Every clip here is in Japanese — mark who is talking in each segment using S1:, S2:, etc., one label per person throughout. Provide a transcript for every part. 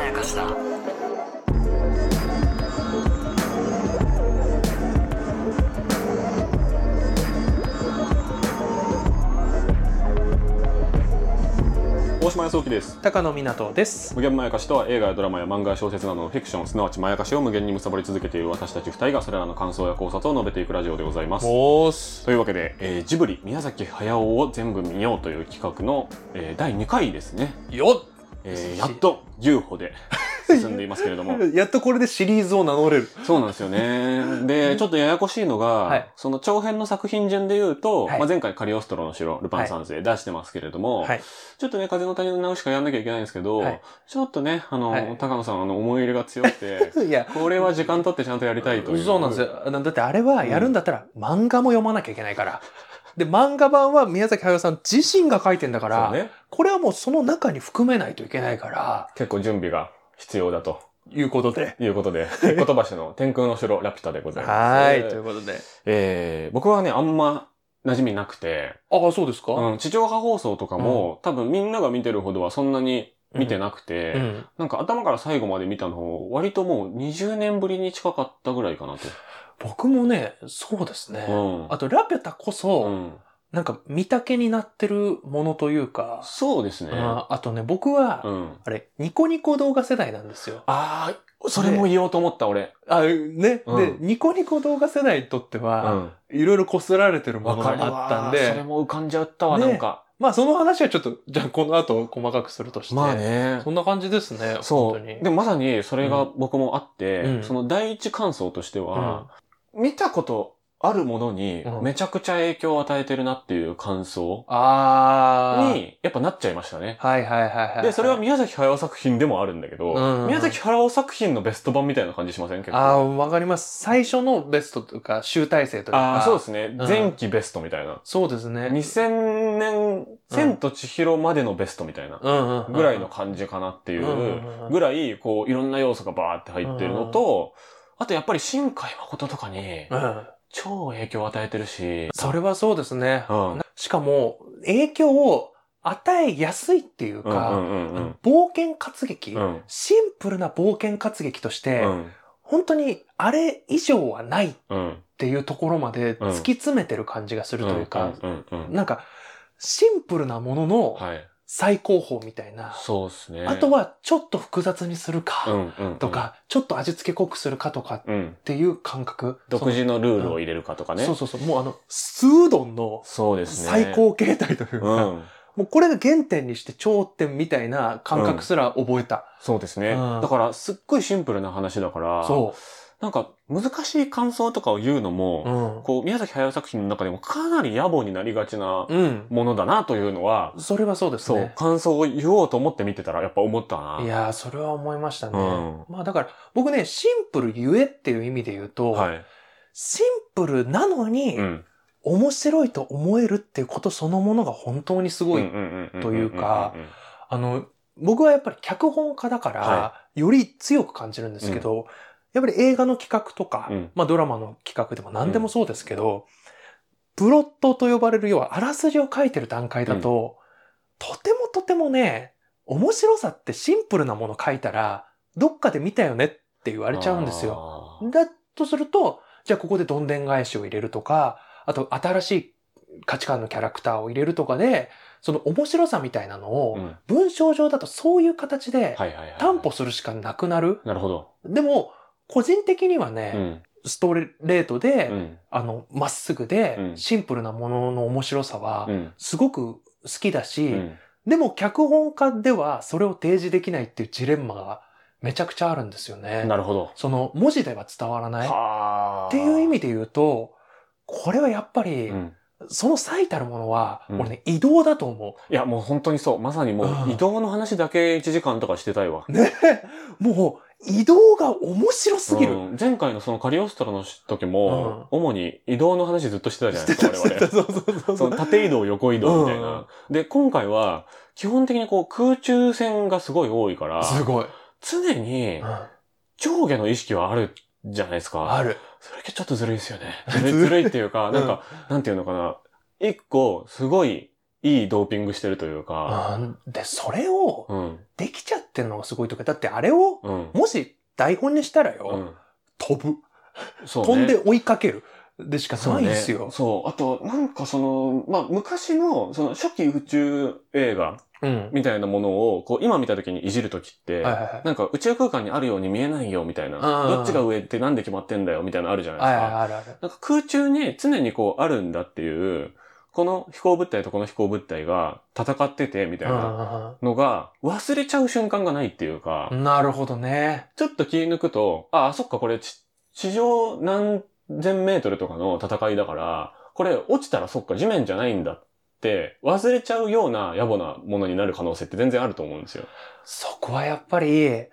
S1: やかしだ
S2: 大島康之です
S3: 高野湊です。
S2: 無限まやかしとは映画やドラマや漫画や小説などのフィクションすなわちまやかしを無限に貪り続けている私たち二人がそれらの感想や考察を述べていくラジオでございます
S3: おーす。
S2: というわけで、えージブリ宮崎駿を全部見ようという企画の、えー第2回ですね、
S3: よ
S2: えーやっと UFO で進んでいますけれども
S3: っやっとこれでシリーズを名乗れる。
S2: そうなんですよね。で、ちょっとややこしいのが、
S3: はい
S2: その長編の作品順で言うと、
S3: はい
S2: まあ、前回カリオストロの城、ルパン三世出してますけれども、
S3: はい。
S2: ちょっとね、風の谷の直しかやんなきゃいけないんですけど、
S3: はい
S2: ちょっとね、あの、
S3: はい
S2: 高野さんあの思い入れが強く て、
S3: いや、
S2: これは時間経ってちゃんとやりたいという。
S3: そうなんですよ。だってあれはやるんだったら漫画も読まなきゃいけないから。で、漫画版は宮崎駿さん自身が書いてんだか
S2: そ
S3: ら、
S2: うね。
S3: これはもうその中に含めないといけないから、
S2: 結構準備が必要だと
S3: いうことで。
S2: いうこと で、言葉師の天空の城ラピュタでございます。
S3: はい、ということで。
S2: えー、僕はね、あんま馴染みなくて、
S3: ああ、そうですか、
S2: うん、地上波放送とかも、多分みんなが見てるほどはそんなに見てなくて、
S3: うん。
S2: なんか頭から最後まで見たのを割ともう20年ぶりに近かったぐらいかなと。
S3: 僕もね、そうですね。
S2: うん
S3: あと、ラピュタこそ、
S2: うん、
S3: なんか見たけになってるものというか、
S2: そうですね。
S3: ああとね、僕は、
S2: うん。
S3: あれ、ニコニコ動画世代なんですよ。
S2: ああ、それも言おうと思った俺。
S3: あ、ね。
S2: うん
S3: で、ニコニコ動画世代にとっては、
S2: ん。
S3: いろいろ擦られてるものがあったん
S2: わそれ
S3: で、
S2: も浮かんじゃったわ、
S3: ね
S2: なんか。
S3: まあその話はちょっと、じゃあこの後細かくするとして、
S2: ね
S3: そんな感じですね、
S2: そ
S3: 本
S2: う。
S3: 当に。
S2: でもまさにそれが僕もあって、
S3: うん
S2: その第一感想として
S3: うん
S2: は、見たことあるものに
S3: うん
S2: めちゃくちゃ影響を与えてるなっていう感想
S3: あー。
S2: に、やっぱなっちゃいましたね。
S3: はいはいはいはい。
S2: で、それは宮崎駿作品でもあるんだけど、
S3: うん
S2: 宮崎駿作品のベスト版みたいな感じしません結構。
S3: あー、わかります。最初のベストというか、集大成というか。
S2: あーそうですね。
S3: うん
S2: 前期ベストみたいな。
S3: そうですね。
S2: 2000年、千と千尋までのベストみたいな
S3: うんうんうん
S2: ぐらいの感じかなってい
S3: うん
S2: う
S3: うんうん
S2: ぐらい、こう、いろんな要素がバーって入ってるのと、あとやっぱり新海誠とかに
S3: うん。
S2: 超影響を与えてるし、
S3: それはそうですね。
S2: うん
S3: しかも、影響を与えやすいっていう
S2: うんう
S3: か、
S2: んうんうん
S3: 冒険活劇、
S2: うん
S3: シンプルな冒険活劇として、
S2: うん
S3: 本当にあれ以上はないっ
S2: うん
S3: ていうところまで突き詰めてる感じがするというか、
S2: うんうんうん
S3: なんか、シンプルなものの
S2: はい。
S3: 最高峰みたいな、
S2: そうですね。
S3: あとはちょっと複雑にする
S2: う
S3: か
S2: んうんうん
S3: とか、、ちょっと味付け濃くするかとかっ
S2: うん。
S3: ていう感覚。
S2: 独自のルールを入れるかとかね。
S3: そうそうそう。もうあの、スードンの
S2: そうですね。
S3: 最。高形態とい
S2: う
S3: うか、
S2: ん。
S3: もうこれが原点にして頂点みたいな感覚すら覚えた。
S2: そうですね。
S3: うん
S2: だから、すっごいシンプルな話だから、
S3: そ
S2: なんか、難しい感想とかを言うのも、
S3: う。うん。
S2: こう、宮崎駿作品の中でもかなり野暮になりがちな
S3: うん。
S2: ものだなというのは、
S3: それはそうです
S2: そう
S3: ね、。
S2: 感想を言おうと思って見てたら、やっぱ思ったな。
S3: いやー、それは思いましたね。
S2: う
S3: まあだから、僕ね、シンプルゆえっていう意味で言うと、
S2: は
S3: シンプルなの
S2: い。
S3: に、
S2: ん。
S3: 面白いと思えるっていうことそのものが本当にすごい。というか
S2: んうんうんうん
S3: あの、僕はやっぱり脚本家だから、
S2: は
S3: より強く感じるんですけど、やっぱり映画の企画とか、
S2: うん
S3: まあドラマの企画でも何でもそうですけど、プロットと呼ばれる要はあらすじを書いてる段階だと、とてもとてもね、面白さってシンプルなもの書いたら、どっかで見たよねって言われちゃうんですよ。
S2: よ。
S3: だとすると、じゃあここでどんでん返しを入れるとか、あと新しい価値観のキャラクターを入れるとかで、その面白さみたいなのを、
S2: うんは
S3: 文章上だとそういう形で
S2: いはいはい。
S3: 担保するしかなくなる。
S2: なるほど。
S3: でも、個人的には
S2: う
S3: ね、
S2: ん。
S3: ストレートで、
S2: うん。
S3: あの、まっすぐ
S2: う
S3: で、
S2: ん
S3: シンプルなものの面白さは
S2: う、ん。
S3: すごく好きだし、
S2: うん
S3: でも脚本家ではそれを提示できないっていうジレンマがめちゃくちゃあるんですよね
S2: な。るほど。
S3: その、文字では伝わらない。っ
S2: はあ。
S3: ていう意味で言うと、これはやっぱり
S2: う、ん。
S3: その最たるものは、
S2: うん
S3: 俺ね、移動だと思
S2: いや、もう本当にそう。まさにも
S3: うん
S2: う、移動の話だけ1時間とかしてたいわ。
S3: う。ね。 もう、移動が面白すぎる。
S2: うん前回のそのカリオストロの時も、主に移動の話ずっとしてたじゃないですか、我々。
S3: そうそうそうそ。
S2: そうの縦移動、横移動みたいな。で、今回は、基本的にこう空中戦がすごい多いから、
S3: すごい。
S2: 常に上下の意識はあるじゃないですか。
S3: ある。
S2: それちょっとずるいですよね。
S3: ず
S2: ずる
S3: るい
S2: いずるいっていうか、
S3: ん
S2: なんか、なんていうのかな。一個、すごいいいドーピングしてるというか、
S3: うんで、それを
S2: うん、
S3: できちゃってるのがすごいとか、だってあれを、
S2: うん、
S3: もし台本にしたらよ、
S2: うん。
S3: 飛ぶ。
S2: そうね
S3: 飛んで追いかける。でしかないですよ。
S2: そう。あと、なんかその、まあ、昔の、その、初期宇宙映画
S3: うん。
S2: みたいなものを、こう、今見た時にいじる時って、
S3: はいはいはい
S2: なんか宇宙空間にあるように見えないよ、みたいな。
S3: うん
S2: どっちが上ってなんで決まってんだよ、みたいなのあるじゃないで
S3: は
S2: す
S3: い
S2: か。
S3: はいあるある。
S2: なんか空中に常にこうあるんだっていう、この飛行物体とこの飛行物体が戦ってて、みたいなのが、忘れちゃう瞬間がないっていうか、
S3: うんなるほどね。
S2: ちょっと気抜くと、あ、あそっか、これ地、地上何千メートルとかの戦いだから、これ落ちたらそっか、地面じゃないんだって、忘れちゃうような野暮なものになる可能性って全然あると思うんですよ。
S3: そこはやっぱり、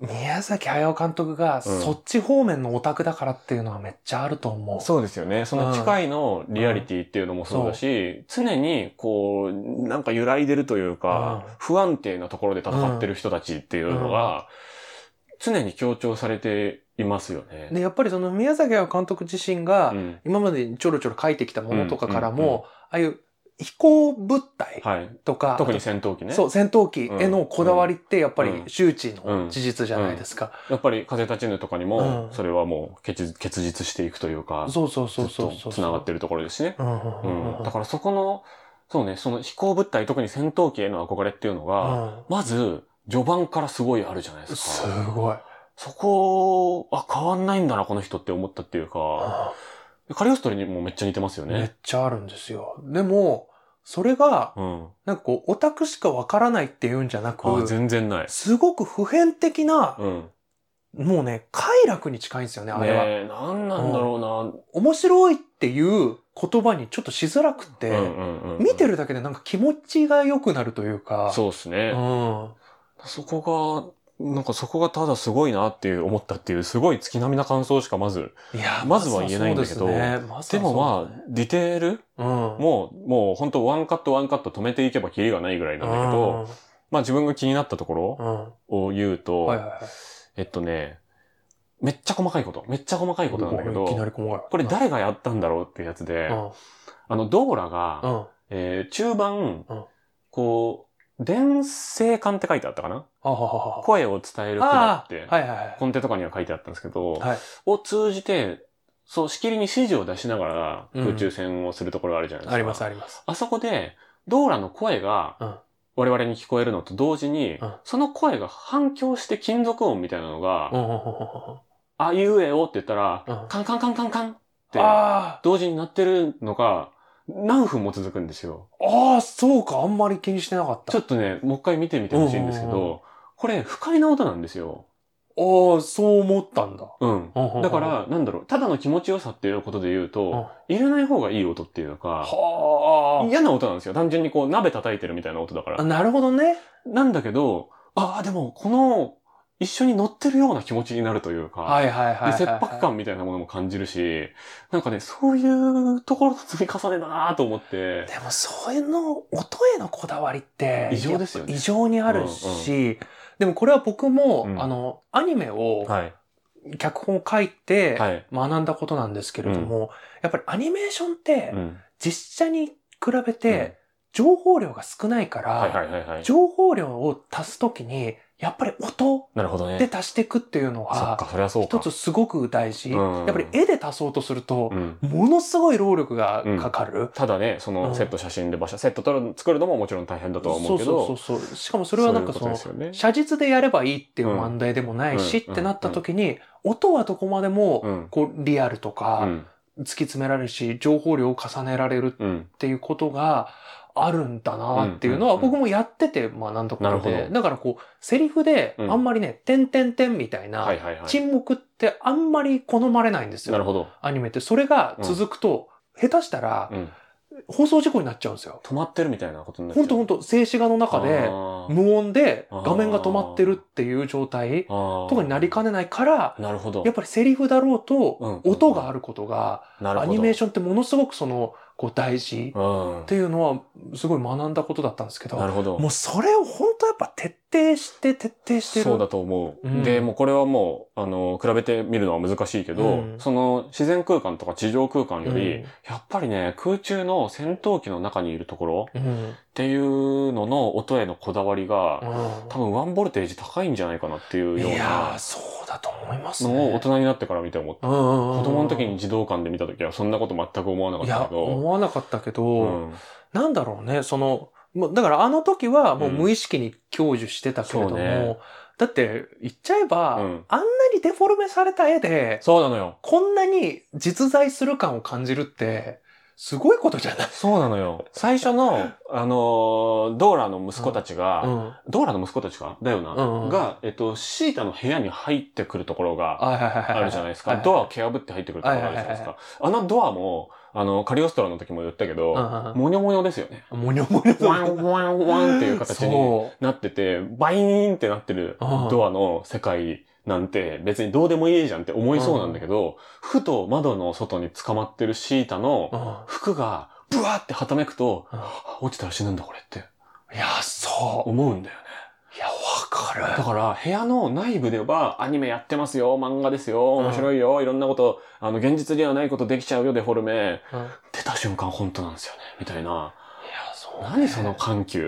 S3: 宮崎駿監督が
S2: うん
S3: そっち方面のオタクだからっていうのはめっちゃあると思う。
S2: そうですよね。その機械のリアリティっていうのもそうだし、常にこう、なんか揺らいでるというか、
S3: うん
S2: 不安定なところで戦ってる人たちっていうのが、常に強調されていますよね。
S3: で、やっぱりその宮崎駿監督自身が、
S2: うん
S3: 今までにちょろちょろ書いてきたものとかから
S2: うんうんうん
S3: も、ああいう飛行物体
S2: はい。
S3: とか、
S2: 特に戦闘機ね。
S3: そう、戦闘機へのこだわりってやっぱり周知の事実じゃないですか。
S2: やっぱり風立ちぬとかにも
S3: う、ん
S2: それはもう結実結実していくというか、
S3: そうそうそうそう
S2: ずっ
S3: そ
S2: と
S3: う。
S2: 繋がってるところですしね。
S3: うんうん
S2: う
S3: うんんうん。
S2: だからそこの、そうね、その飛行物体、特に戦闘機への憧れっていうのが、
S3: う
S2: まず、序盤からすごいあるじゃないで
S3: ん。
S2: す
S3: す
S2: か。
S3: ごい。
S2: そこ、あ、変わんないんだな、この人って思ったっていうか、カリオストリにもめっちゃ似てますよ
S3: めっ
S2: ね。
S3: ちゃあるんですよ。でも、それが、
S2: うん。
S3: なんかこう、オタクしかわからないっていうんじゃな
S2: あ、
S3: く、
S2: 全然ない。
S3: すごく普遍的な、
S2: うん。
S3: もうね、快楽に近いんですよね、あ
S2: ね
S3: れは。
S2: え、なんなんだろ
S3: 面白いっていう言葉にちょっとしづらく
S2: う
S3: て、
S2: な。うんうんうんうん
S3: 見てるだけでなんか気持ちが良くなるというか、
S2: そうです
S3: う
S2: ね。
S3: ん。
S2: そこが、なんかそこがただすごいなっていう思ったっていう、すごい月並みな感想しかまず。
S3: いや、
S2: まずは言えないんだけど
S3: まずはそうですね、まず
S2: で
S3: はそう
S2: もまあ、ディテール
S3: うん。
S2: もう、もう本当ワンカットワンカット止めていけばキリがないぐらいなんだけど、まあ自分が気になったところ
S3: うん、うん。
S2: を言うと、
S3: はいはいはい。
S2: えっとね、めっちゃ細かいこと、めっちゃ細かいことなんだけ
S3: いきな
S2: ど、
S3: り細かい。
S2: これ誰がやったんだろうってやつで、
S3: うん。
S2: あの、ドーラが、
S3: うん。
S2: えー中盤
S3: うん、
S2: こう、伝声感って書いてあったかな
S3: あはははは。
S2: 声を伝える管
S3: あ
S2: っ
S3: あ
S2: て、
S3: はいはいはい。
S2: コンテとかには書いてあったんですけど、
S3: はい
S2: を通じて、そう、しきりに指示を出しながら
S3: うん
S2: 空中戦をするところがあるじゃないですか。
S3: ありますあります。
S2: あそこで、ドーラの声
S3: うん
S2: が、我々に聞こえるのと同時に、
S3: うん
S2: その声が反響して金属音みたいなのが、
S3: うんうんうんうんうん
S2: あいうえおって言ったら、
S3: うん
S2: カンカンカンカンカンって、
S3: あ
S2: 同時になってるのが、何分も続くんですよ。
S3: ーあー、そうか、あんまり気にしてなかった。
S2: ちょっとね、もう一回見てみてほしいんですけ
S3: うんうんう
S2: ど、これ不快な音なんですよ。
S3: ああ、そう思ったんだ。
S2: うん。だ
S3: だ
S2: か、ら、なんだろう、ただの気持ちよさっていうことで言うと、入れない方がいい音っていうか、
S3: は
S2: 嫌な音なんですよ。単純にこう、鍋叩いてるみたいな音だか
S3: あ。
S2: ら。
S3: なるほどね。
S2: なんだけど、ああ、でも、この、一緒に乗ってるような気持ちになるというか、
S3: はいはいはいはい。
S2: で、切迫感みたいなものも感じるし、なんかね、そういうところの積み重ねだなと思って、
S3: でも、そういうの、音へのこだわりって、
S2: 異常ですよね
S3: 異常にあるし、でもこれは僕
S2: う
S3: も、
S2: ん
S3: あの、アニメを、
S2: はい。
S3: 脚本を書いて、
S2: はい。
S3: 学んだことなんですけれども、やっぱりアニメーションって
S2: う、ん。
S3: 実写に比べて、情報量が少ないか
S2: うん、はいは
S3: ら、
S2: いはいはい。
S3: 情報量を足すときに、やっぱり音
S2: なるほどね。
S3: で足していくっていうの
S2: そっ
S3: は、
S2: か、そりゃそうか。
S3: 一つすごく大事。
S2: うん
S3: やっぱり絵で足そうとすると
S2: う、ん。
S3: ものすごい労力がかかる。
S2: ただね、そのセット写真で場所、セット撮る作るのももちろん大変だとは思
S3: そうう
S2: け
S3: そ
S2: ど、
S3: うそうそう。しかもそれはなんかそ
S2: そういう
S3: の
S2: こ、とですよね。
S3: 写実でやればいいっていう問題でもないし
S2: うん
S3: ってなった時に、音はどこまでも、
S2: うん。
S3: こう、リアルと
S2: う
S3: か、
S2: ん。
S3: 突き詰められるし、情報量を重ねられる
S2: うん。
S3: っていうことがあるんだなっていうの
S2: う
S3: は
S2: んうんうん
S3: 僕もやってて、まあなんとかなの
S2: なる
S3: で
S2: ほど
S3: だからこう、セリフで
S2: うん
S3: あんまりね、点点点みたい
S2: は
S3: ない
S2: はいはい。
S3: 沈黙ってあんまり好まれないんです
S2: なる
S3: よ。
S2: ほど。
S3: アニメって。それが続くと、下手したら
S2: うん。
S3: 放送事故になっちゃうんですよ。
S2: 止まってるみたいなことになっちゃ
S3: ほ
S2: うん
S3: とほんと、静止画の中で
S2: あー
S3: 無音で
S2: あー
S3: 画面が止まってるっていう状態
S2: あー
S3: とかになりかねないから、
S2: なるほど
S3: やっ。ぱりセリフだろう
S2: うんうん
S3: と
S2: うん
S3: 音があることが、
S2: なるほ
S3: ア
S2: ど。
S3: ニメーションってものすごくそのこう大事
S2: うん
S3: っていうのはすごい学んだことだったんですけど、
S2: なるほど
S3: も。うそれを本当やっぱ徹底して徹底してる。
S2: そうだと思う。
S3: うん
S2: で、もうこれはもう、あの、比べてみるのは難しいけど、
S3: うん
S2: その自然空間とか地上空間より、
S3: うん
S2: やっぱりね、空中の戦闘機の中にいるところっ
S3: うん。うん。
S2: ていうのの音へのこだわりが、多分ワンボルテージ高いんじゃないかなっていうよう
S3: いや
S2: な
S3: ー、そうだと思いますね。
S2: のを大人になってから見て思った。
S3: うんうんうんうん
S2: 子供の時に児童館で見た時はそんなこと全く思わなか
S3: い
S2: った
S3: や
S2: け、ど。
S3: 思わなかったけど、
S2: うん
S3: なんだろうね、その、もうだからあの時はもう無意識に享受してたけれども、
S2: うんそうね
S3: だって言っちゃえば、
S2: うん
S3: あんなにデフォルメされた絵で、
S2: そうなのよ。
S3: こんなに実在する感を感じるって、すごいことじゃない、
S2: そうなのよ。最初 の、あのードーラの息子たちが、
S3: うん、はい
S2: ドーラの息子たちかだよな、
S3: うんうん
S2: が、えっと、シータの部屋に入ってくるところが
S3: はいはいはい。
S2: あるじゃないですか。
S3: はいはい
S2: ドアを蹴破って入ってくるところがあるじゃないですか。あのドアも、あの、カリオストラの時も言ったけど、
S3: う
S2: モニョモニョですよね。
S3: んうん、もにょもにょ
S2: ワンワンワンっていう形に
S3: そ
S2: なってて、バイーンってなってる
S3: うん
S2: ドアの世界なんて別にどうでもいいじゃんって思いそうなんだけど、ふと窓の外に捕まってるシータ
S3: う。う
S2: の
S3: ん、
S2: 服がブワーってはためくと、
S3: うん
S2: あ落ちたら死ぬんだこれって
S3: いや、そう。
S2: 思うんだよね。
S3: いや、わか
S2: だ
S3: る。
S2: から、部屋の内部では、アニメやってますよ、漫画ですよ、
S3: うん
S2: 面白いよ、いろんなこと、あの、現実ではないことできちゃうよ、デフォルメ。
S3: うんいや、
S2: 出た瞬間、本当なんですよね、みたいな。
S3: そう、
S2: 何その緩急。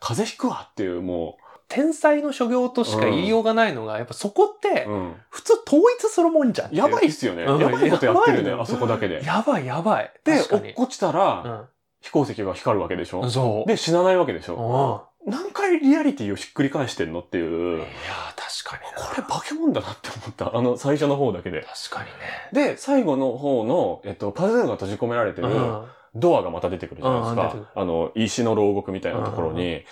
S2: 風邪ひくわっていう、も
S3: 天才の所業としか言いようがないのが、やっぱそこって
S2: う、う、ん。
S3: 普通統一するもんじゃんってう。
S2: やばいっすよね。
S3: うん
S2: やばいことやってるね、
S3: やばい
S2: あそこだけで。
S3: やばいやばい。
S2: で、
S3: 確か
S2: 落っ
S3: に。
S2: こちたら、飛行石が光るわけでし
S3: う
S2: ょ
S3: ん。。そう。
S2: で、死なないわけでし
S3: うん。い
S2: ょ。
S3: や
S2: 何回リアリティをひっくり返してんのっていう。
S3: ー確かにな。
S2: これ化け物だなって思った。あの、最初の方だけで。
S3: 確かにね。
S2: で、最後の方の、えっと、パズーが閉じ込められてる、
S3: うん
S2: ドアがまた出てくるじゃないです
S3: うん出
S2: か
S3: てくる。
S2: あの、石の牢獄みたいなところに、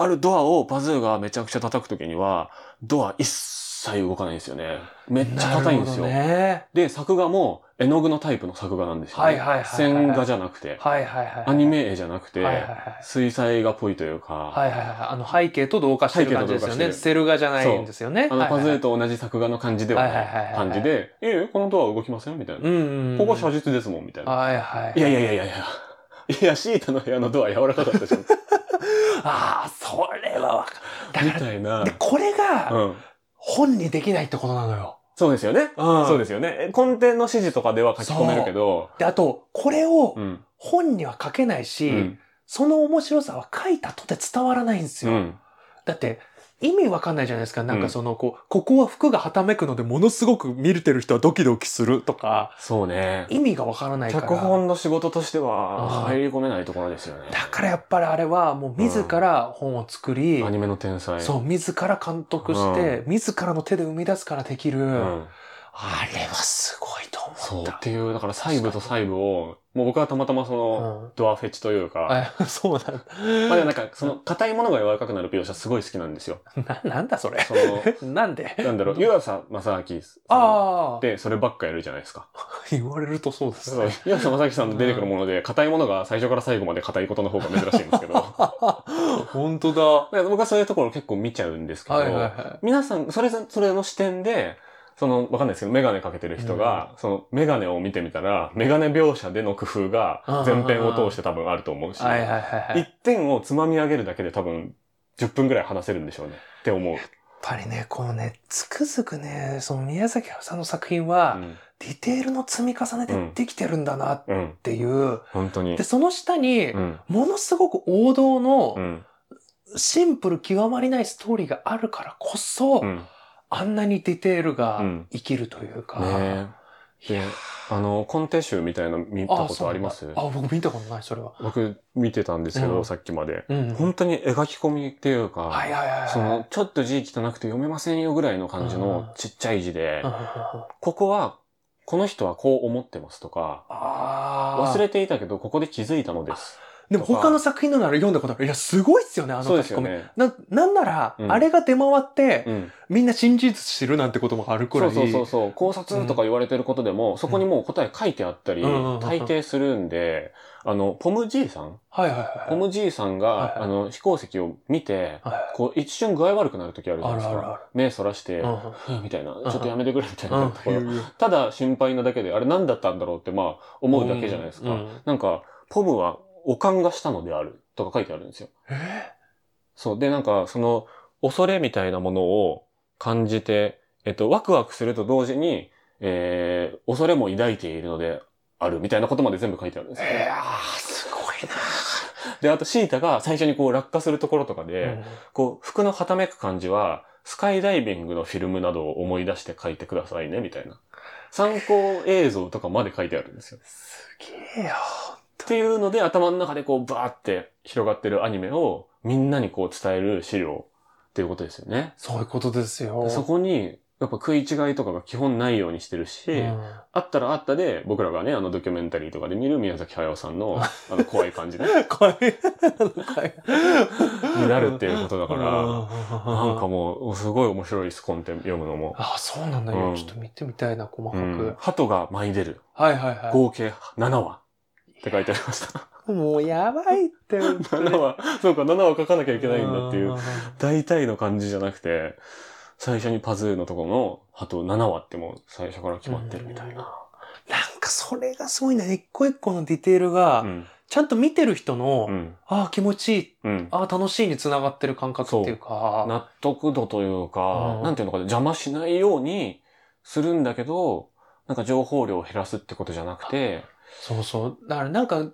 S2: あるドアをパズーがめちゃくちゃ叩くときには、ドア一切動かないんですよね。めっちゃ
S3: な
S2: 硬い
S3: る
S2: ん
S3: ほ
S2: です
S3: ど
S2: よ。
S3: ね。
S2: で、作画も絵の具のタイプの作画なんですよ、ね。
S3: はいはいはいはい
S2: 線画じゃなくて、
S3: はいはいはい。
S2: アニメ絵じゃなくて、
S3: はいはいはい。
S2: 水彩画っぽいというか、
S3: はいはいはい。あの背景と同化してる感じですよ
S2: 背景と同化して
S3: ね。
S2: る
S3: セル画じゃないんですよね。
S2: あのパズー
S3: と。
S2: と同じ作画の感じでは
S3: はいはいはい
S2: な
S3: はいい
S2: 感じで、いえいえ、このドアは動きませんみたいな。
S3: うんうんうん。
S2: ここ写実ですもんみたいな。
S3: はいはい。
S2: いやいやいやいやいや。いや、シータの部屋のドア柔らかかった じゃん。
S3: ああ、それはわかる。
S2: み
S3: だか
S2: たいな
S3: ら、で、。これが
S2: うん。
S3: 本にできないってことなのよ。
S2: そうですよね。
S3: うん
S2: そうですよね。え根底の指示とかでは書き込めるけど。
S3: で、あと、これを
S2: うん。
S3: 本には書けないし、
S2: うん。
S3: その面白さは書いたとて伝わらないんです
S2: う
S3: よ。
S2: ん。
S3: だって、意味わかんないじゃないですか。なんかその、こう、ここは服がはためくので、ものすごく見れてる人はドキドキするとか、
S2: そうね。
S3: 意味がわからないから。
S2: 脚本の仕事としては
S3: うん
S2: 入り込めないところですよね。
S3: だからやっぱりあれは、もう自ら本を作り、
S2: アニメの天才。
S3: そう、自ら監督して、自らの手で生み出すからできる。
S2: うん。
S3: あれはすごいと
S2: そ
S3: 思
S2: う。
S3: っ。
S2: ったていう、だから細部と細部を、もう僕はたまたまその、
S3: うん
S2: ドアフェチというか、
S3: あ そうなんだ。
S2: まあでもなんか、その、硬いものが柔らかくなる描写すごい好きなんですよ。
S3: な、なんだそれ。
S2: その、
S3: なんで
S2: なんだろう、湯浅正明さん。
S3: ああ。
S2: で、そればっかやるじゃないですか。
S3: 言われるとそうです
S2: そう
S3: ね。、
S2: 岩佐正樹さんの出てくるもので、硬いものが最初から最後まで硬いことの方が珍しいんですけど。だ か
S3: 本当だ。
S2: ら僕はそういうところ結構見ちゃうんですけど、
S3: はいはいは
S2: 皆さん、それぞれ、それの視点で、その、わかんないですけど、メガネかけてる人が、その、メガネを見てみたら、メガネ描写での工夫が
S3: うんうん、うん
S2: 前編を通して多分あると思うし、
S3: い。はいはいはいはい。やっ
S2: 一点をつまみ上げるだけで多分、10分ぐらい話せるんでしょうね。って思う。
S3: ぱりね、こうね、つくづくね、その宮崎駿さんの作品は、
S2: うん。
S3: ディテールの積み重ね
S2: うん
S3: でできてるんだなっ
S2: うん。
S3: ていう。
S2: 本当に
S3: で、。その下に
S2: う、ん。
S3: ものすごく王道
S2: う
S3: の
S2: ん。
S3: シンプル極まりないストーリーがあるからこそ、
S2: うん。ね
S3: あんなにディテールが
S2: うん
S3: 生きるというか。
S2: え。
S3: いや
S2: であの、コンテ集みたいなの見たこ
S3: そう
S2: とあ
S3: なん
S2: り
S3: だ
S2: ます
S3: あ、僕見たことない、それは。
S2: 僕見てたんですけど、
S3: うん
S2: さっきまで。
S3: うん。
S2: 本当に描き込みっていうか、
S3: はいはいはいはい。
S2: その、ちょっと字汚くて読めませんよぐらいの感じの
S3: うん
S2: ちっちゃい字で、
S3: うんうんうんうん
S2: ここは、この人はこう思ってますとか、
S3: ああ。
S2: 忘れていたけど、ここで気づいたのです。
S3: でも他の作品のなら読んだことある。いや、すごいっすよね、あの
S2: そう
S3: 書
S2: で
S3: き
S2: す
S3: 込
S2: よ
S3: み。
S2: ね。
S3: な、なんなら、
S2: うん
S3: あれが出回って、
S2: うん、
S3: みんな真実知るなんてこともあるく
S2: そ
S3: ら
S2: う
S3: い。
S2: そうそうそう考察とか言われてることでも、そこにもう答え書いてあったり、
S3: うんうんうん
S2: 大抵するんで、あのポム爺さん
S3: はいはいはい。
S2: ポム爺さん
S3: はい
S2: が、
S3: はい
S2: あの飛行石を見て
S3: はい
S2: こう一瞬具合悪くなる時あるじゃ
S3: あ
S2: ない
S3: る
S2: です
S3: ある
S2: か
S3: ある。
S2: 目そらして、
S3: うん
S2: ふうみたいな、
S3: ん
S2: ちょっとやめてくれみたい
S3: うん
S2: なところ。ただ心配なだけで、あれ何だったんだろうってまあ思うだけじゃないですか。
S3: うんうん
S2: なんか、ポムはおかんがしたのであるとか書いてあるんですよ。
S3: え
S2: そう。で、なんか、その、恐れみたいなものを感じて、えっと、ワクワクすると同時に、えー、恐れも抱いているのであるみたいなことまで全部書いてあるんですよ。
S3: えー、すごい
S2: で、あと、シータが最初にこう落下するところとかで、
S3: な、うん
S2: こう、服のはためく感じは、スカイダイビングのフィルムなどを思い出して書いてくださいね、みたいな。参考映像とかまで書いてあるんですよ。
S3: すげえよ。
S2: っていうので、頭の中でこう、バーって広がってるアニメを、みんなにこう伝える資料っていうことですよね。
S3: そういうことですよ。
S2: そこに、やっぱ食い違いとかが基本ないようにしてるし、
S3: うん
S2: あったらあったで、僕らがね、あのドキュメンタリーとかで見る宮崎駿さん の、あの怖い感じね、
S3: 怖い。
S2: になるっていうことだから
S3: ら
S2: なんかもう、すごい面白いです、コンテンツ読むのも。
S3: あ、そうなんだよ。
S2: うん
S3: ちょっと見てみたいな、細かく。
S2: うん鳩が舞い出る。
S3: はいはいは
S2: 合計7話って書いてありました。
S3: い。もうやばいって。本当に
S2: 7話、そうか、7話書かなきゃいけないんだってい
S3: ん
S2: う、大体の感じじゃなくて、最初にパズーのところの、あと7話ってもう最初から決まってるみたいな。
S3: なんかそれがすごいね。一個一個のディテールが、
S2: うん。
S3: ちゃんと見てる人の、
S2: うん。
S3: ああ、気持ちいい、
S2: うん。
S3: ああ、楽しいに繋がってる感覚っていうか。
S2: 納得度というか、
S3: うん
S2: なんていうのかな、邪魔しないようにするんだけど、なんか情報量を減らすってことじゃなくて、
S3: そうそう。だからなんか、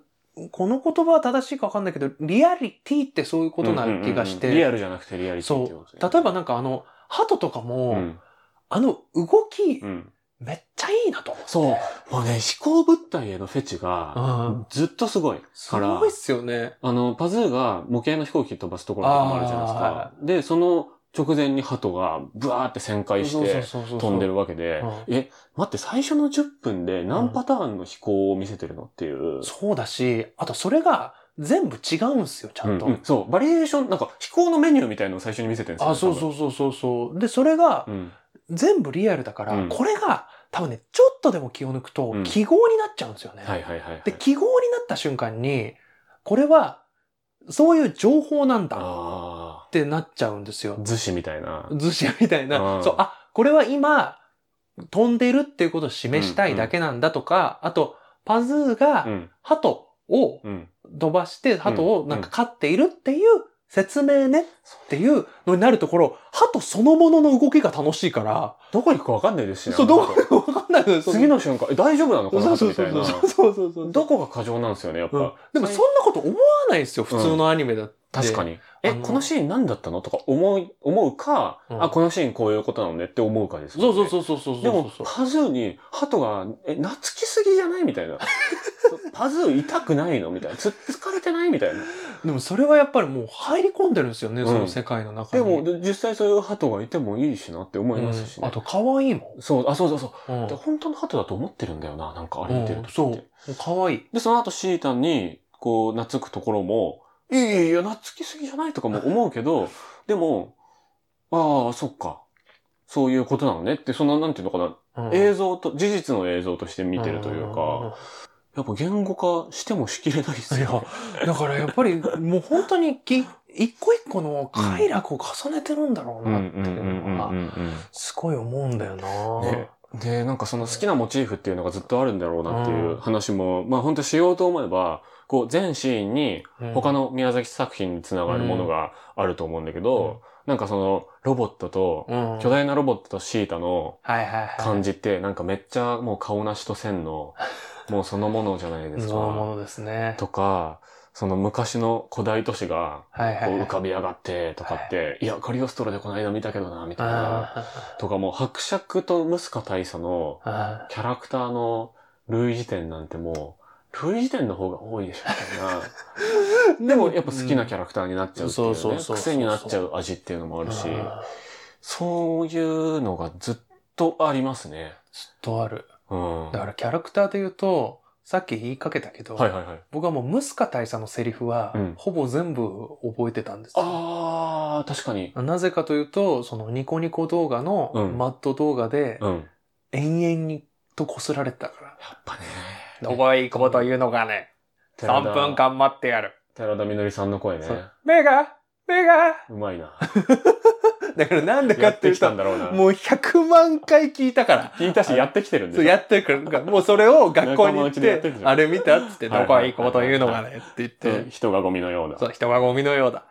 S3: この言葉は正しいかわかんないけど、リアリティってそういうことな気がし
S2: うんうんうんリ
S3: て。
S2: アルじゃなくてリアリティっていうことですね
S3: 例えば、なんかあの、鳩とかも、
S2: うん。
S3: あの動き、
S2: うん。
S3: めっちゃいいなと思って。
S2: そう。もうね、飛行物体へのフェチが、
S3: うん。
S2: ずっとすごい。
S3: す
S2: から
S3: ごいっすよね。
S2: あの、パズーが模型の飛行機飛ばすところとかもあるじゃないです
S3: あーは
S2: か。で、その直前に鳩がブワーって旋回して飛んで
S3: る。
S2: るわけで
S3: うん、
S2: え、待って、最初の10分で何パターンの飛行を見せてるのっていう。
S3: そうだし、あとそれが全部違うんすよ、ちゃんと。
S2: うんうんそう、バリエーション、なんか飛行のメニューみたいのを最初に見せてるんですよ、ね。
S3: あ、そうそうそうそうそう。で、それ
S2: 多
S3: が
S2: 分。うん。
S3: 全部リアルだから、
S2: うん
S3: これが多分ね、ちょっとでも気を抜くと
S2: うん
S3: 記号になっちゃうんですよね。
S2: はいはいはい、はい。
S3: で、記号になった瞬間に、これはそういう情報なんだっ
S2: あ
S3: てなっちゃうんです
S2: あ、
S3: よ。
S2: 図紙みたいな。
S3: 図紙みたいな。
S2: うん
S3: そう、あ、これは今飛んでるっていうことを示したいだけなんだとか、あと、パズー
S2: う
S3: が
S2: ん。
S3: 鳩を、
S2: うん。
S3: 飛ばして、鳩をなんか飼っているっていう説明ねっていうのになるところ、鳩そのものの動きが楽しいから、
S2: どこ行くかわかんないですしね
S3: そう、
S2: あの
S3: どうかわかんないのよ。その
S2: 次の瞬間、え、大丈夫なのか
S3: そう
S2: な
S3: そう
S2: み
S3: そ
S2: た
S3: う
S2: い
S3: そう
S2: な。
S3: そうそうそう。
S2: どこが過剰なんですよね、やっぱ。
S3: うんでもそんなこと思わないですよ、普通のアニメだって。
S2: 確か
S3: に。
S2: に。え、
S3: あの
S2: このシーン何だったのとか思い、思うか、
S3: うん
S2: あ、このシーンこういうことなのねって思うかです、
S3: そうそうそうそうそうそう。
S2: でも、パズーに、鳩が、え、懐きすぎじゃないみたいな。 パズー痛くないのみたいな。つっつかれてないみたいな。
S3: でもそれはやっぱりもう入り込んでるんですよね、
S2: うん
S3: その世界の中
S2: で
S3: に。
S2: も、で実際そういう鳩がいてもいいしなって思いますし
S3: うん
S2: ね
S3: あ。と可愛いも
S2: そう、あ、そうそうそう。
S3: ん。うん
S2: で本当の鳩だと思ってるんだよな、なんかあれ見てるときって。
S3: そう。可愛い。
S2: で、その後シータに、こう、懐くところも、いやいやいや、懐きすぎじゃないと かも思うけど、でも、ああ、そっか。そういうことなのねって、その、なんていうのかな、
S3: うん
S2: 映像と、事実の映像として見てるという
S3: うん
S2: か、やっぱ言語化してもしきれないです
S3: い
S2: よ
S3: や。、だからやっぱりもう本当にき一個一個の快楽を重ねてるんだろうなっていうのが、すごい思うんだよな。
S2: ねで、なんかその好きなモチーフっていうのがずっとあるんだろうなっていううん話も、まあ本当しようと思えば、こう全シーンに
S3: うん
S2: 他の宮崎作品につながるものがあると思うんだけど、なんかそのロボットと、
S3: うん
S2: 巨大なロボットとシータの
S3: はいはいはい。
S2: 感じって、なんかめっちゃもう顔なしと線 の、もうそのものじゃないです
S3: そのも
S2: か。
S3: のですね。
S2: とか、その昔の古代都市が
S3: はい
S2: こう
S3: はいはい
S2: 浮。かび上がってとかって、いや、カリオストロでこの間見たけどな、みたいな。
S3: あ
S2: とかもう伯爵とムスカ大佐の
S3: ーあ
S2: キャラクターの類似点なんてもう、類似点の方が多いでしょ、みたいな。
S3: ー。で
S2: でもやっぱ好きなキャラクターになっちゃうっていう、ね
S3: うんそうそうそうそう
S2: 癖になっちゃう味っていうのもあるし、
S3: あー
S2: そういうのがずっとありますね。
S3: ずっとある。
S2: うん。
S3: だからキャラクターで言うと、さっき言いかけたけど、
S2: はいはいはい。
S3: 僕はもうムスカ大佐のセリフは、
S2: うん
S3: ほぼ全部覚えてたんですよ。
S2: あー、確かに。
S3: なぜかというと、そのニコニコ動画の
S2: うん
S3: マッド動画で、
S2: うん。やっ
S3: 延々にとこすられてたから。
S2: ぱね。
S3: ごいこと言うのがね、
S2: 寺田。
S3: 頑張ってやる。
S2: 寺田みのりさんの声ね。
S3: そう目が、目が、
S2: うまいな。
S3: だからなん でか
S2: や
S3: っ
S2: ってて
S3: いう
S2: きた
S3: と、
S2: んだろうな。
S3: もう100万回聞いたから。
S2: 聞いたし、やってきてるんで
S3: そう
S2: し
S3: や
S2: ょ。
S3: ってくるからもうそれを学校に
S2: 仲間
S3: 行っ
S2: 内でやっててる、じゃん
S3: あれ見たっつって、
S2: はいは
S3: ど
S2: い
S3: こはいいこと言うのがね、って言っ
S2: そう
S3: て、
S2: 人がゴミのようだ。
S3: そう、人がゴミのようだ。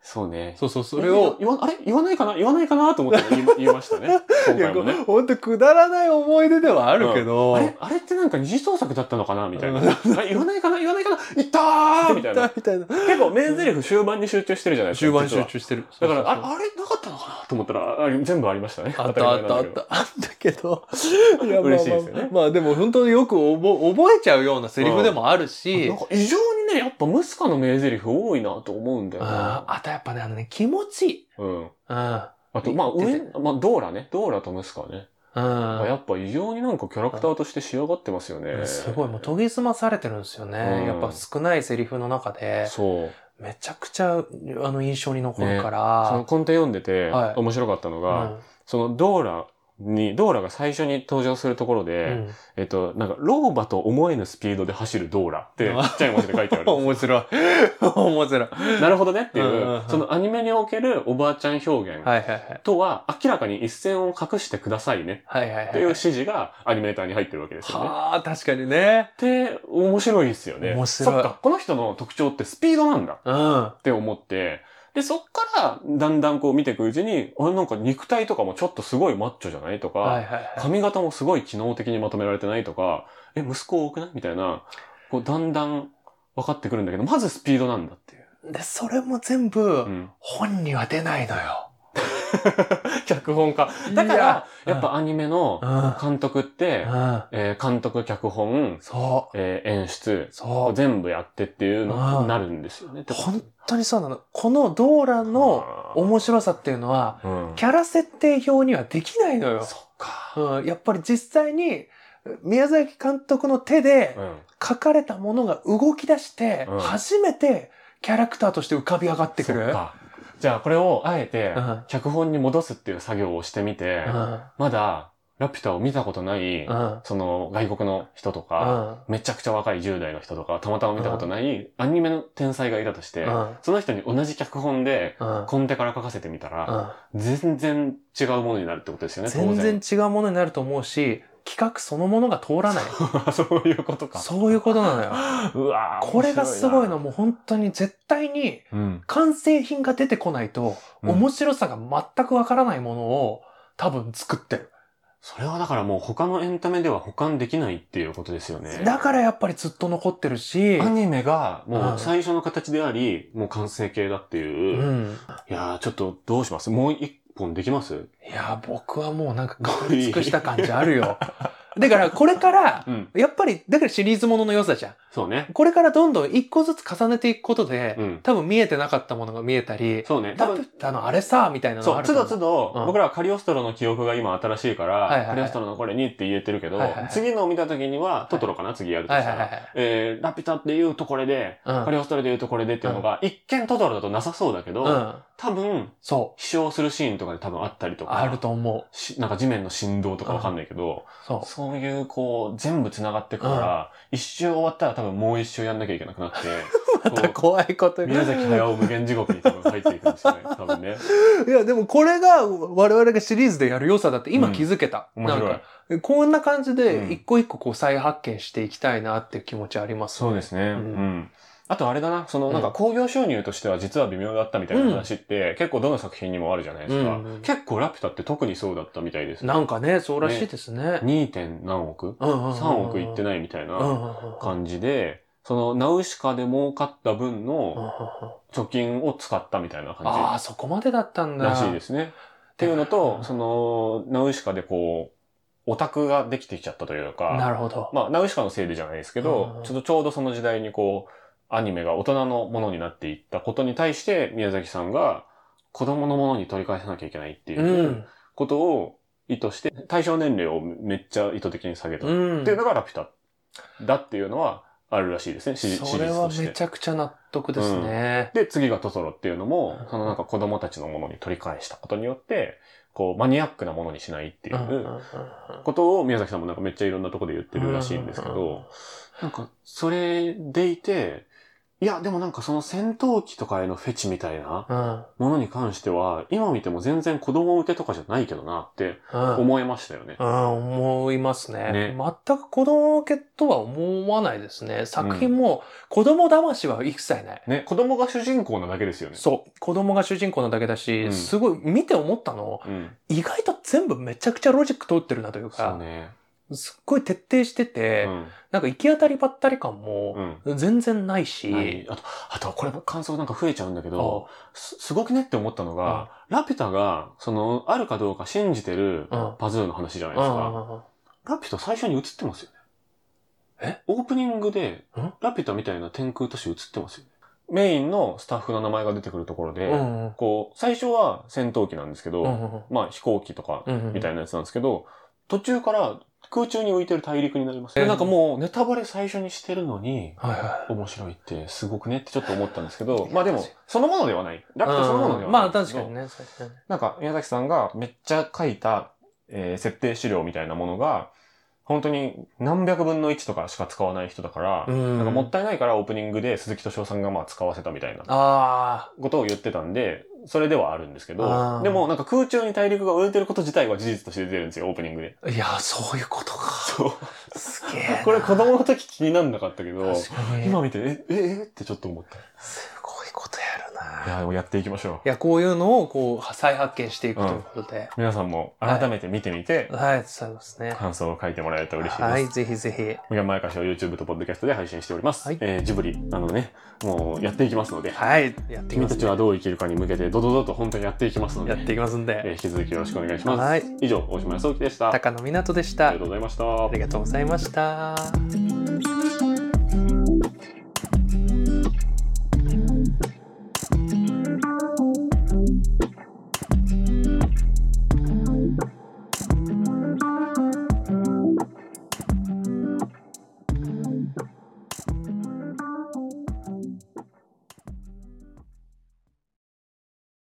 S2: そうね。
S3: そうそう、それを、
S2: え言わ、あれ言わないかな言わないかなと思って言い 言いましたね。今
S3: いや
S2: 回もね。
S3: ほんとくだらない思い出ではあるけど、
S2: あれあれってなんか二次創作だったのかなみたいな。
S3: うん
S2: あれ言わないかな言わないかな言ったーみたいな。
S3: みたいな。
S2: 結構名台詞終盤に集中してるじゃないですか。
S3: 終盤
S2: 実は
S3: 集中してる。
S2: だから、
S3: そうそうそう
S2: ああれなかったのかなと思ったら、あ全部ありましたね。
S3: あっ
S2: 当
S3: たあ
S2: り
S3: っ
S2: 前
S3: た
S2: な
S3: あ
S2: ん
S3: っ
S2: だけど
S3: た。あったけど。 いや
S2: 嬉しいですよね
S3: まあまあまあまあでも本当によく覚覚えちゃうようなセリフでもあるし、
S2: なんか異常にね、やっぱムスカの名台詞多いなと思うんだよ
S3: あ
S2: な。
S3: あとやっぱね、あのね、気持ちいい。
S2: うん。
S3: うん。
S2: あと、まあ、
S3: 言って
S2: 上、まあ、ドーラね。ドーラとムスカね。
S3: うん。
S2: やっぱ異常になんかキャラクターとして仕上がってますよね。
S3: すごい、もう研ぎ澄まされてるんですよね。
S2: うん
S3: やっぱ少ないセリフの中で、
S2: そう。
S3: めちゃくちゃ、あの、印象に残るか
S2: そ
S3: ら
S2: の、コンテ読んでて
S3: はい、
S2: 面白かったの
S3: う
S2: が、
S3: ん
S2: そのドーラに、ドーラが最初に登場するところで、
S3: うん。
S2: えっと、なんか、老婆と思えぬスピードで走るドーラって、ち
S3: うん
S2: っちゃい文字で書いてある。
S3: 面白い。面白い。
S2: なるほどねってい
S3: うんうんう、
S2: うんそのアニメにおけるおばあちゃん表現
S3: はいはいはい。
S2: とは、明らかに一線を隠してくださいね
S3: はいはい
S2: っ
S3: は
S2: てい。
S3: いう
S2: 指示がアニメーターに入ってるわけですよね。
S3: はあ、確かにね。
S2: で、面白いですよね。
S3: 面白い
S2: そっか、この人の特徴ってスピードなんだ。
S3: うん。
S2: って思って、で、そっから、だんだんこう見ていくうちに、あれなんか肉体とかもちょっとすごいマッチョじゃないとか、
S3: はいはいはい。
S2: 髪型もすごい機能的にまとめられてないとか、え、息子多くないみたいな、こう、だんだん分かってくるんだけど、まずスピードなんだっていう。
S3: で、それも全
S2: う
S3: 部、
S2: ん。
S3: 本には出ないのよ。
S2: 脚本家。だか
S3: い
S2: ら
S3: や、
S2: やっぱアニメの
S3: うん。
S2: 監督って、
S3: うん。
S2: えー監督、脚本、
S3: そ
S2: えー演出
S3: う。、そう。
S2: 全部やってっていうの
S3: うん
S2: になるんですよね。ってこと
S3: 本当にそうなの。このドーラの面白さっていうのは、
S2: うん
S3: キャラ設定表にはできないのよ。
S2: そっか。
S3: うん、やっぱり実際に、宮崎監督の手で
S2: うん。
S3: 書かれたものが動き出して、
S2: うん
S3: 初めてキャラクターとして浮かび上がってく
S2: そ
S3: る
S2: っ。かじゃあこれをあえて
S3: うん
S2: 脚本に戻すっていう作業をしてみて、
S3: うん。
S2: まだラピュタを見たことない、
S3: うん。
S2: その外国の人と
S3: う
S2: か、
S3: ん。
S2: めちゃくちゃ若い10代の人とか、たまたま見たことないアニメの天才がいたとして、
S3: うん。
S2: その人に同じ脚本で、
S3: うん
S2: コンテから書かせてみたら、全然違うものになるってことですよね、
S3: 全然違うものになると思うし、企画そのものが通らない。
S2: 当然。 そういうことか。
S3: そういうことなのよ。
S2: うわー
S3: これがすごいの、
S2: 面
S3: もう本当に絶対に
S2: 白いなうん。
S3: 完成品が出てこないと、
S2: うん
S3: 面白さが全くわからないものを多分作ってる。
S2: それはだからもう他のエンタメでは保管できないっていうことですよね。
S3: だからやっぱりずっと残ってるし、
S2: アニメがも
S3: う
S2: うん最初の形であり、もう完成形だって
S3: う
S2: いう。
S3: ん。
S2: いやー、ちょっとどうしますもう一本できます
S3: いや、僕はもうな んか食り尽くした感じあるよ。だからこれから、
S2: うん。
S3: やっぱり、だからシリーズものの良さじゃ
S2: そうね
S3: ん。。これからどんどん一個ずつ重ねていくことで、
S2: うん。
S3: 多分見えてなかったものが見えたり、
S2: そうね。多
S3: 多
S2: 分、
S3: 分、あの、あれさ、みたいなの
S2: そ
S3: があ
S2: う、つ
S3: ると思
S2: どつど、
S3: うん
S2: 僕らはカリオストロの記憶が今新しいから、
S3: はいはいはい
S2: カリオストロのこれにって言えてるけど、
S3: はいはいはい
S2: 次のを見た時には、トトロかな、次やると
S3: はい
S2: した
S3: はい
S2: ら。
S3: はい
S2: えー、ラピュタって言うとこれで、カ
S3: はい。
S2: リオストロで言うとこれでっていうのが、一見トトロだとなさそうだけ
S3: うん。う
S2: ど、
S3: ん。
S2: 多分、
S3: そ
S2: 飛翔するシーンとかで多分あったりと
S3: う。
S2: か。
S3: あると思う。
S2: しなんか地面の振動とかわかんないけど、
S3: そう。
S2: そういうこう、全部繋がってくから、一周終わったら多分もう一周やんなきゃいけなくなって、
S3: また
S2: こ
S3: 怖いこと
S2: う
S3: 言
S2: 宮
S3: う
S2: 崎駿無限地獄に多分入っていくんですよ ね、多分ね。
S3: いや、でもこれが我々がシリーズでやる良さだって今気づけた。
S2: 面白
S3: ないん。かこんな感じ
S2: うん
S3: で一個一個こう再発見していきたいなっていう気持ちあります、
S2: そうですね。う。
S3: うんん
S2: あとあれだな、そのなんか興行収入としては実は微妙だったみたいな話って、結構どの作品にもあるじゃないですか。
S3: うんうん
S2: 結構ラピュタって特にそうだったみたいです。
S3: なんかね、そうらしいですね。
S2: 2. 点何億
S3: うんうんうんうん
S2: ?3 億いってないみたい
S3: うんうんう
S2: なん
S3: うん
S2: 感じで、そのナウシカで儲かった分の、
S3: うんうんうん
S2: 貯金を使ったみたいな
S3: あ
S2: 感
S3: あ、そこまでだったん
S2: じ
S3: だ。
S2: らしいですね。っていうのと、その、ナウシカでこう、オタクができてきちゃったという
S3: な
S2: か、
S3: るほど。
S2: まあ、ナウシカのせいでじゃないですけ
S3: うん
S2: ど
S3: う、ん。
S2: ちょっとちょうどその時代にこう、アニメが大人のものになっていったことに対して、宮崎さんが子供のものに取り返さなきゃいけないっていううんことを意図して、対象年齢をめっちゃ意図的に下げたっ
S3: うん
S2: ていう。のがラピュタだっていうのはあるらしいですね、史
S3: そ
S2: 実
S3: れ
S2: と
S3: は
S2: して。
S3: めちゃくちゃ納得ですね。
S2: で、次がトトロっていうのも
S3: うん、
S2: そのなんか子供たちのものに取り返したことによって、こう、マニアックなものにしないってい
S3: うんうんうん
S2: う
S3: うん
S2: ことを宮崎さんもなんかめっちゃいろんなとこで言ってるらしいんですけ
S3: うんうんう
S2: ど、なんか、それでいて、いや、でもなんかその戦闘機とかへのフェチみたいな
S3: うん。
S2: ものに関しては、今見ても全然子供向けとかじゃないけどなって
S3: うん。
S2: 思えましたよね。
S3: うん、思いますね
S2: ね
S3: 全く子供向けとは思わないですね。作品も子供騙しは一切ない。
S2: ね、子供が主人公なだけですよね。
S3: そう。子供が主人公なだけだし、
S2: うん
S3: すごい見て思ったの、
S2: うん。
S3: 意外と全部めちゃくちゃロジック通ってるなとい
S2: そ
S3: う
S2: う
S3: か、
S2: ね。
S3: すっごい徹底してて、
S2: うん。
S3: なんか行き当たりばったり感
S2: う
S3: も
S2: ん。
S3: 全然ないし、
S2: ないあと、あと、これも感想なんか増えちゃうんだけど、
S3: あ
S2: すすごくねって思ったのが、ラピュタが、その、あるかどうか信じてる
S3: うん
S2: パズーの話じゃないですか。
S3: あ
S2: ラピュタ最初に映ってますよね。
S3: え
S2: オープニングで
S3: ん、
S2: ラピュタみたいな天空都市映ってますよね。メインのスタッフの名前が出てくるところで、
S3: うんうん
S2: こう、最初は戦闘機なんですけど、
S3: うんうん
S2: まあ飛行機とか
S3: うんうん
S2: みたいなやつなんですけど、途中から空中に浮いてる大陸になります。で、なんかもうネタバレ最初にしてるのに、
S3: はいはい
S2: 面白いってすごくねってちょっと思ったんですけど、まあでも、そのものではない。ラピュタそのものではない。
S3: まあ確かに。ね。そうですね
S2: なんか、宮崎さんがめっちゃ書いた、えー設定資料みたいなものが、本当に何百分の1とかしか使わない人だから、
S3: うん
S2: なんかもったいないからオープニングで鈴木敏夫さんがまあ使わせたみたいな
S3: あ
S2: ことを言ってたんで、それではあるんですけ
S3: あ
S2: ど
S3: ー、
S2: でもなんか空中に大陸が浮いてること自体は事実として出てるんですよ、オープニングで。
S3: あ、いや、そういうことか。
S2: そう。
S3: すげえな。
S2: これ子供の時気になんなかったけど、
S3: 確かに
S2: 今見て、え、え、えってちょっと思った。い
S3: すごいことやるな。
S2: や、でもやっていきましょう。
S3: いや、こういうのをこう、再発見していくということで。
S2: 皆さんも改めて見てみて、
S3: はい、そうですね。
S2: 感想を書いてもらえると嬉しいです。
S3: はい、ぜひぜひ。
S2: 無限前歌詞を YouTube と Podcast で配信しております。
S3: はい
S2: えージブリ、あのね、もうやっていきますので、
S3: はい、やっていき
S2: 君
S3: ます
S2: たちはどう生きるかに向けて、ドドドと本当にやっていきますので、
S3: やっていきますん
S2: えー
S3: で。
S2: 引き続きよろしくお願いします。
S3: はい
S2: 以上、大島康之でした。あり
S3: 高野湊斗でし
S2: が
S3: た。
S2: とう
S3: あ
S2: ございました
S3: り。がとうございました。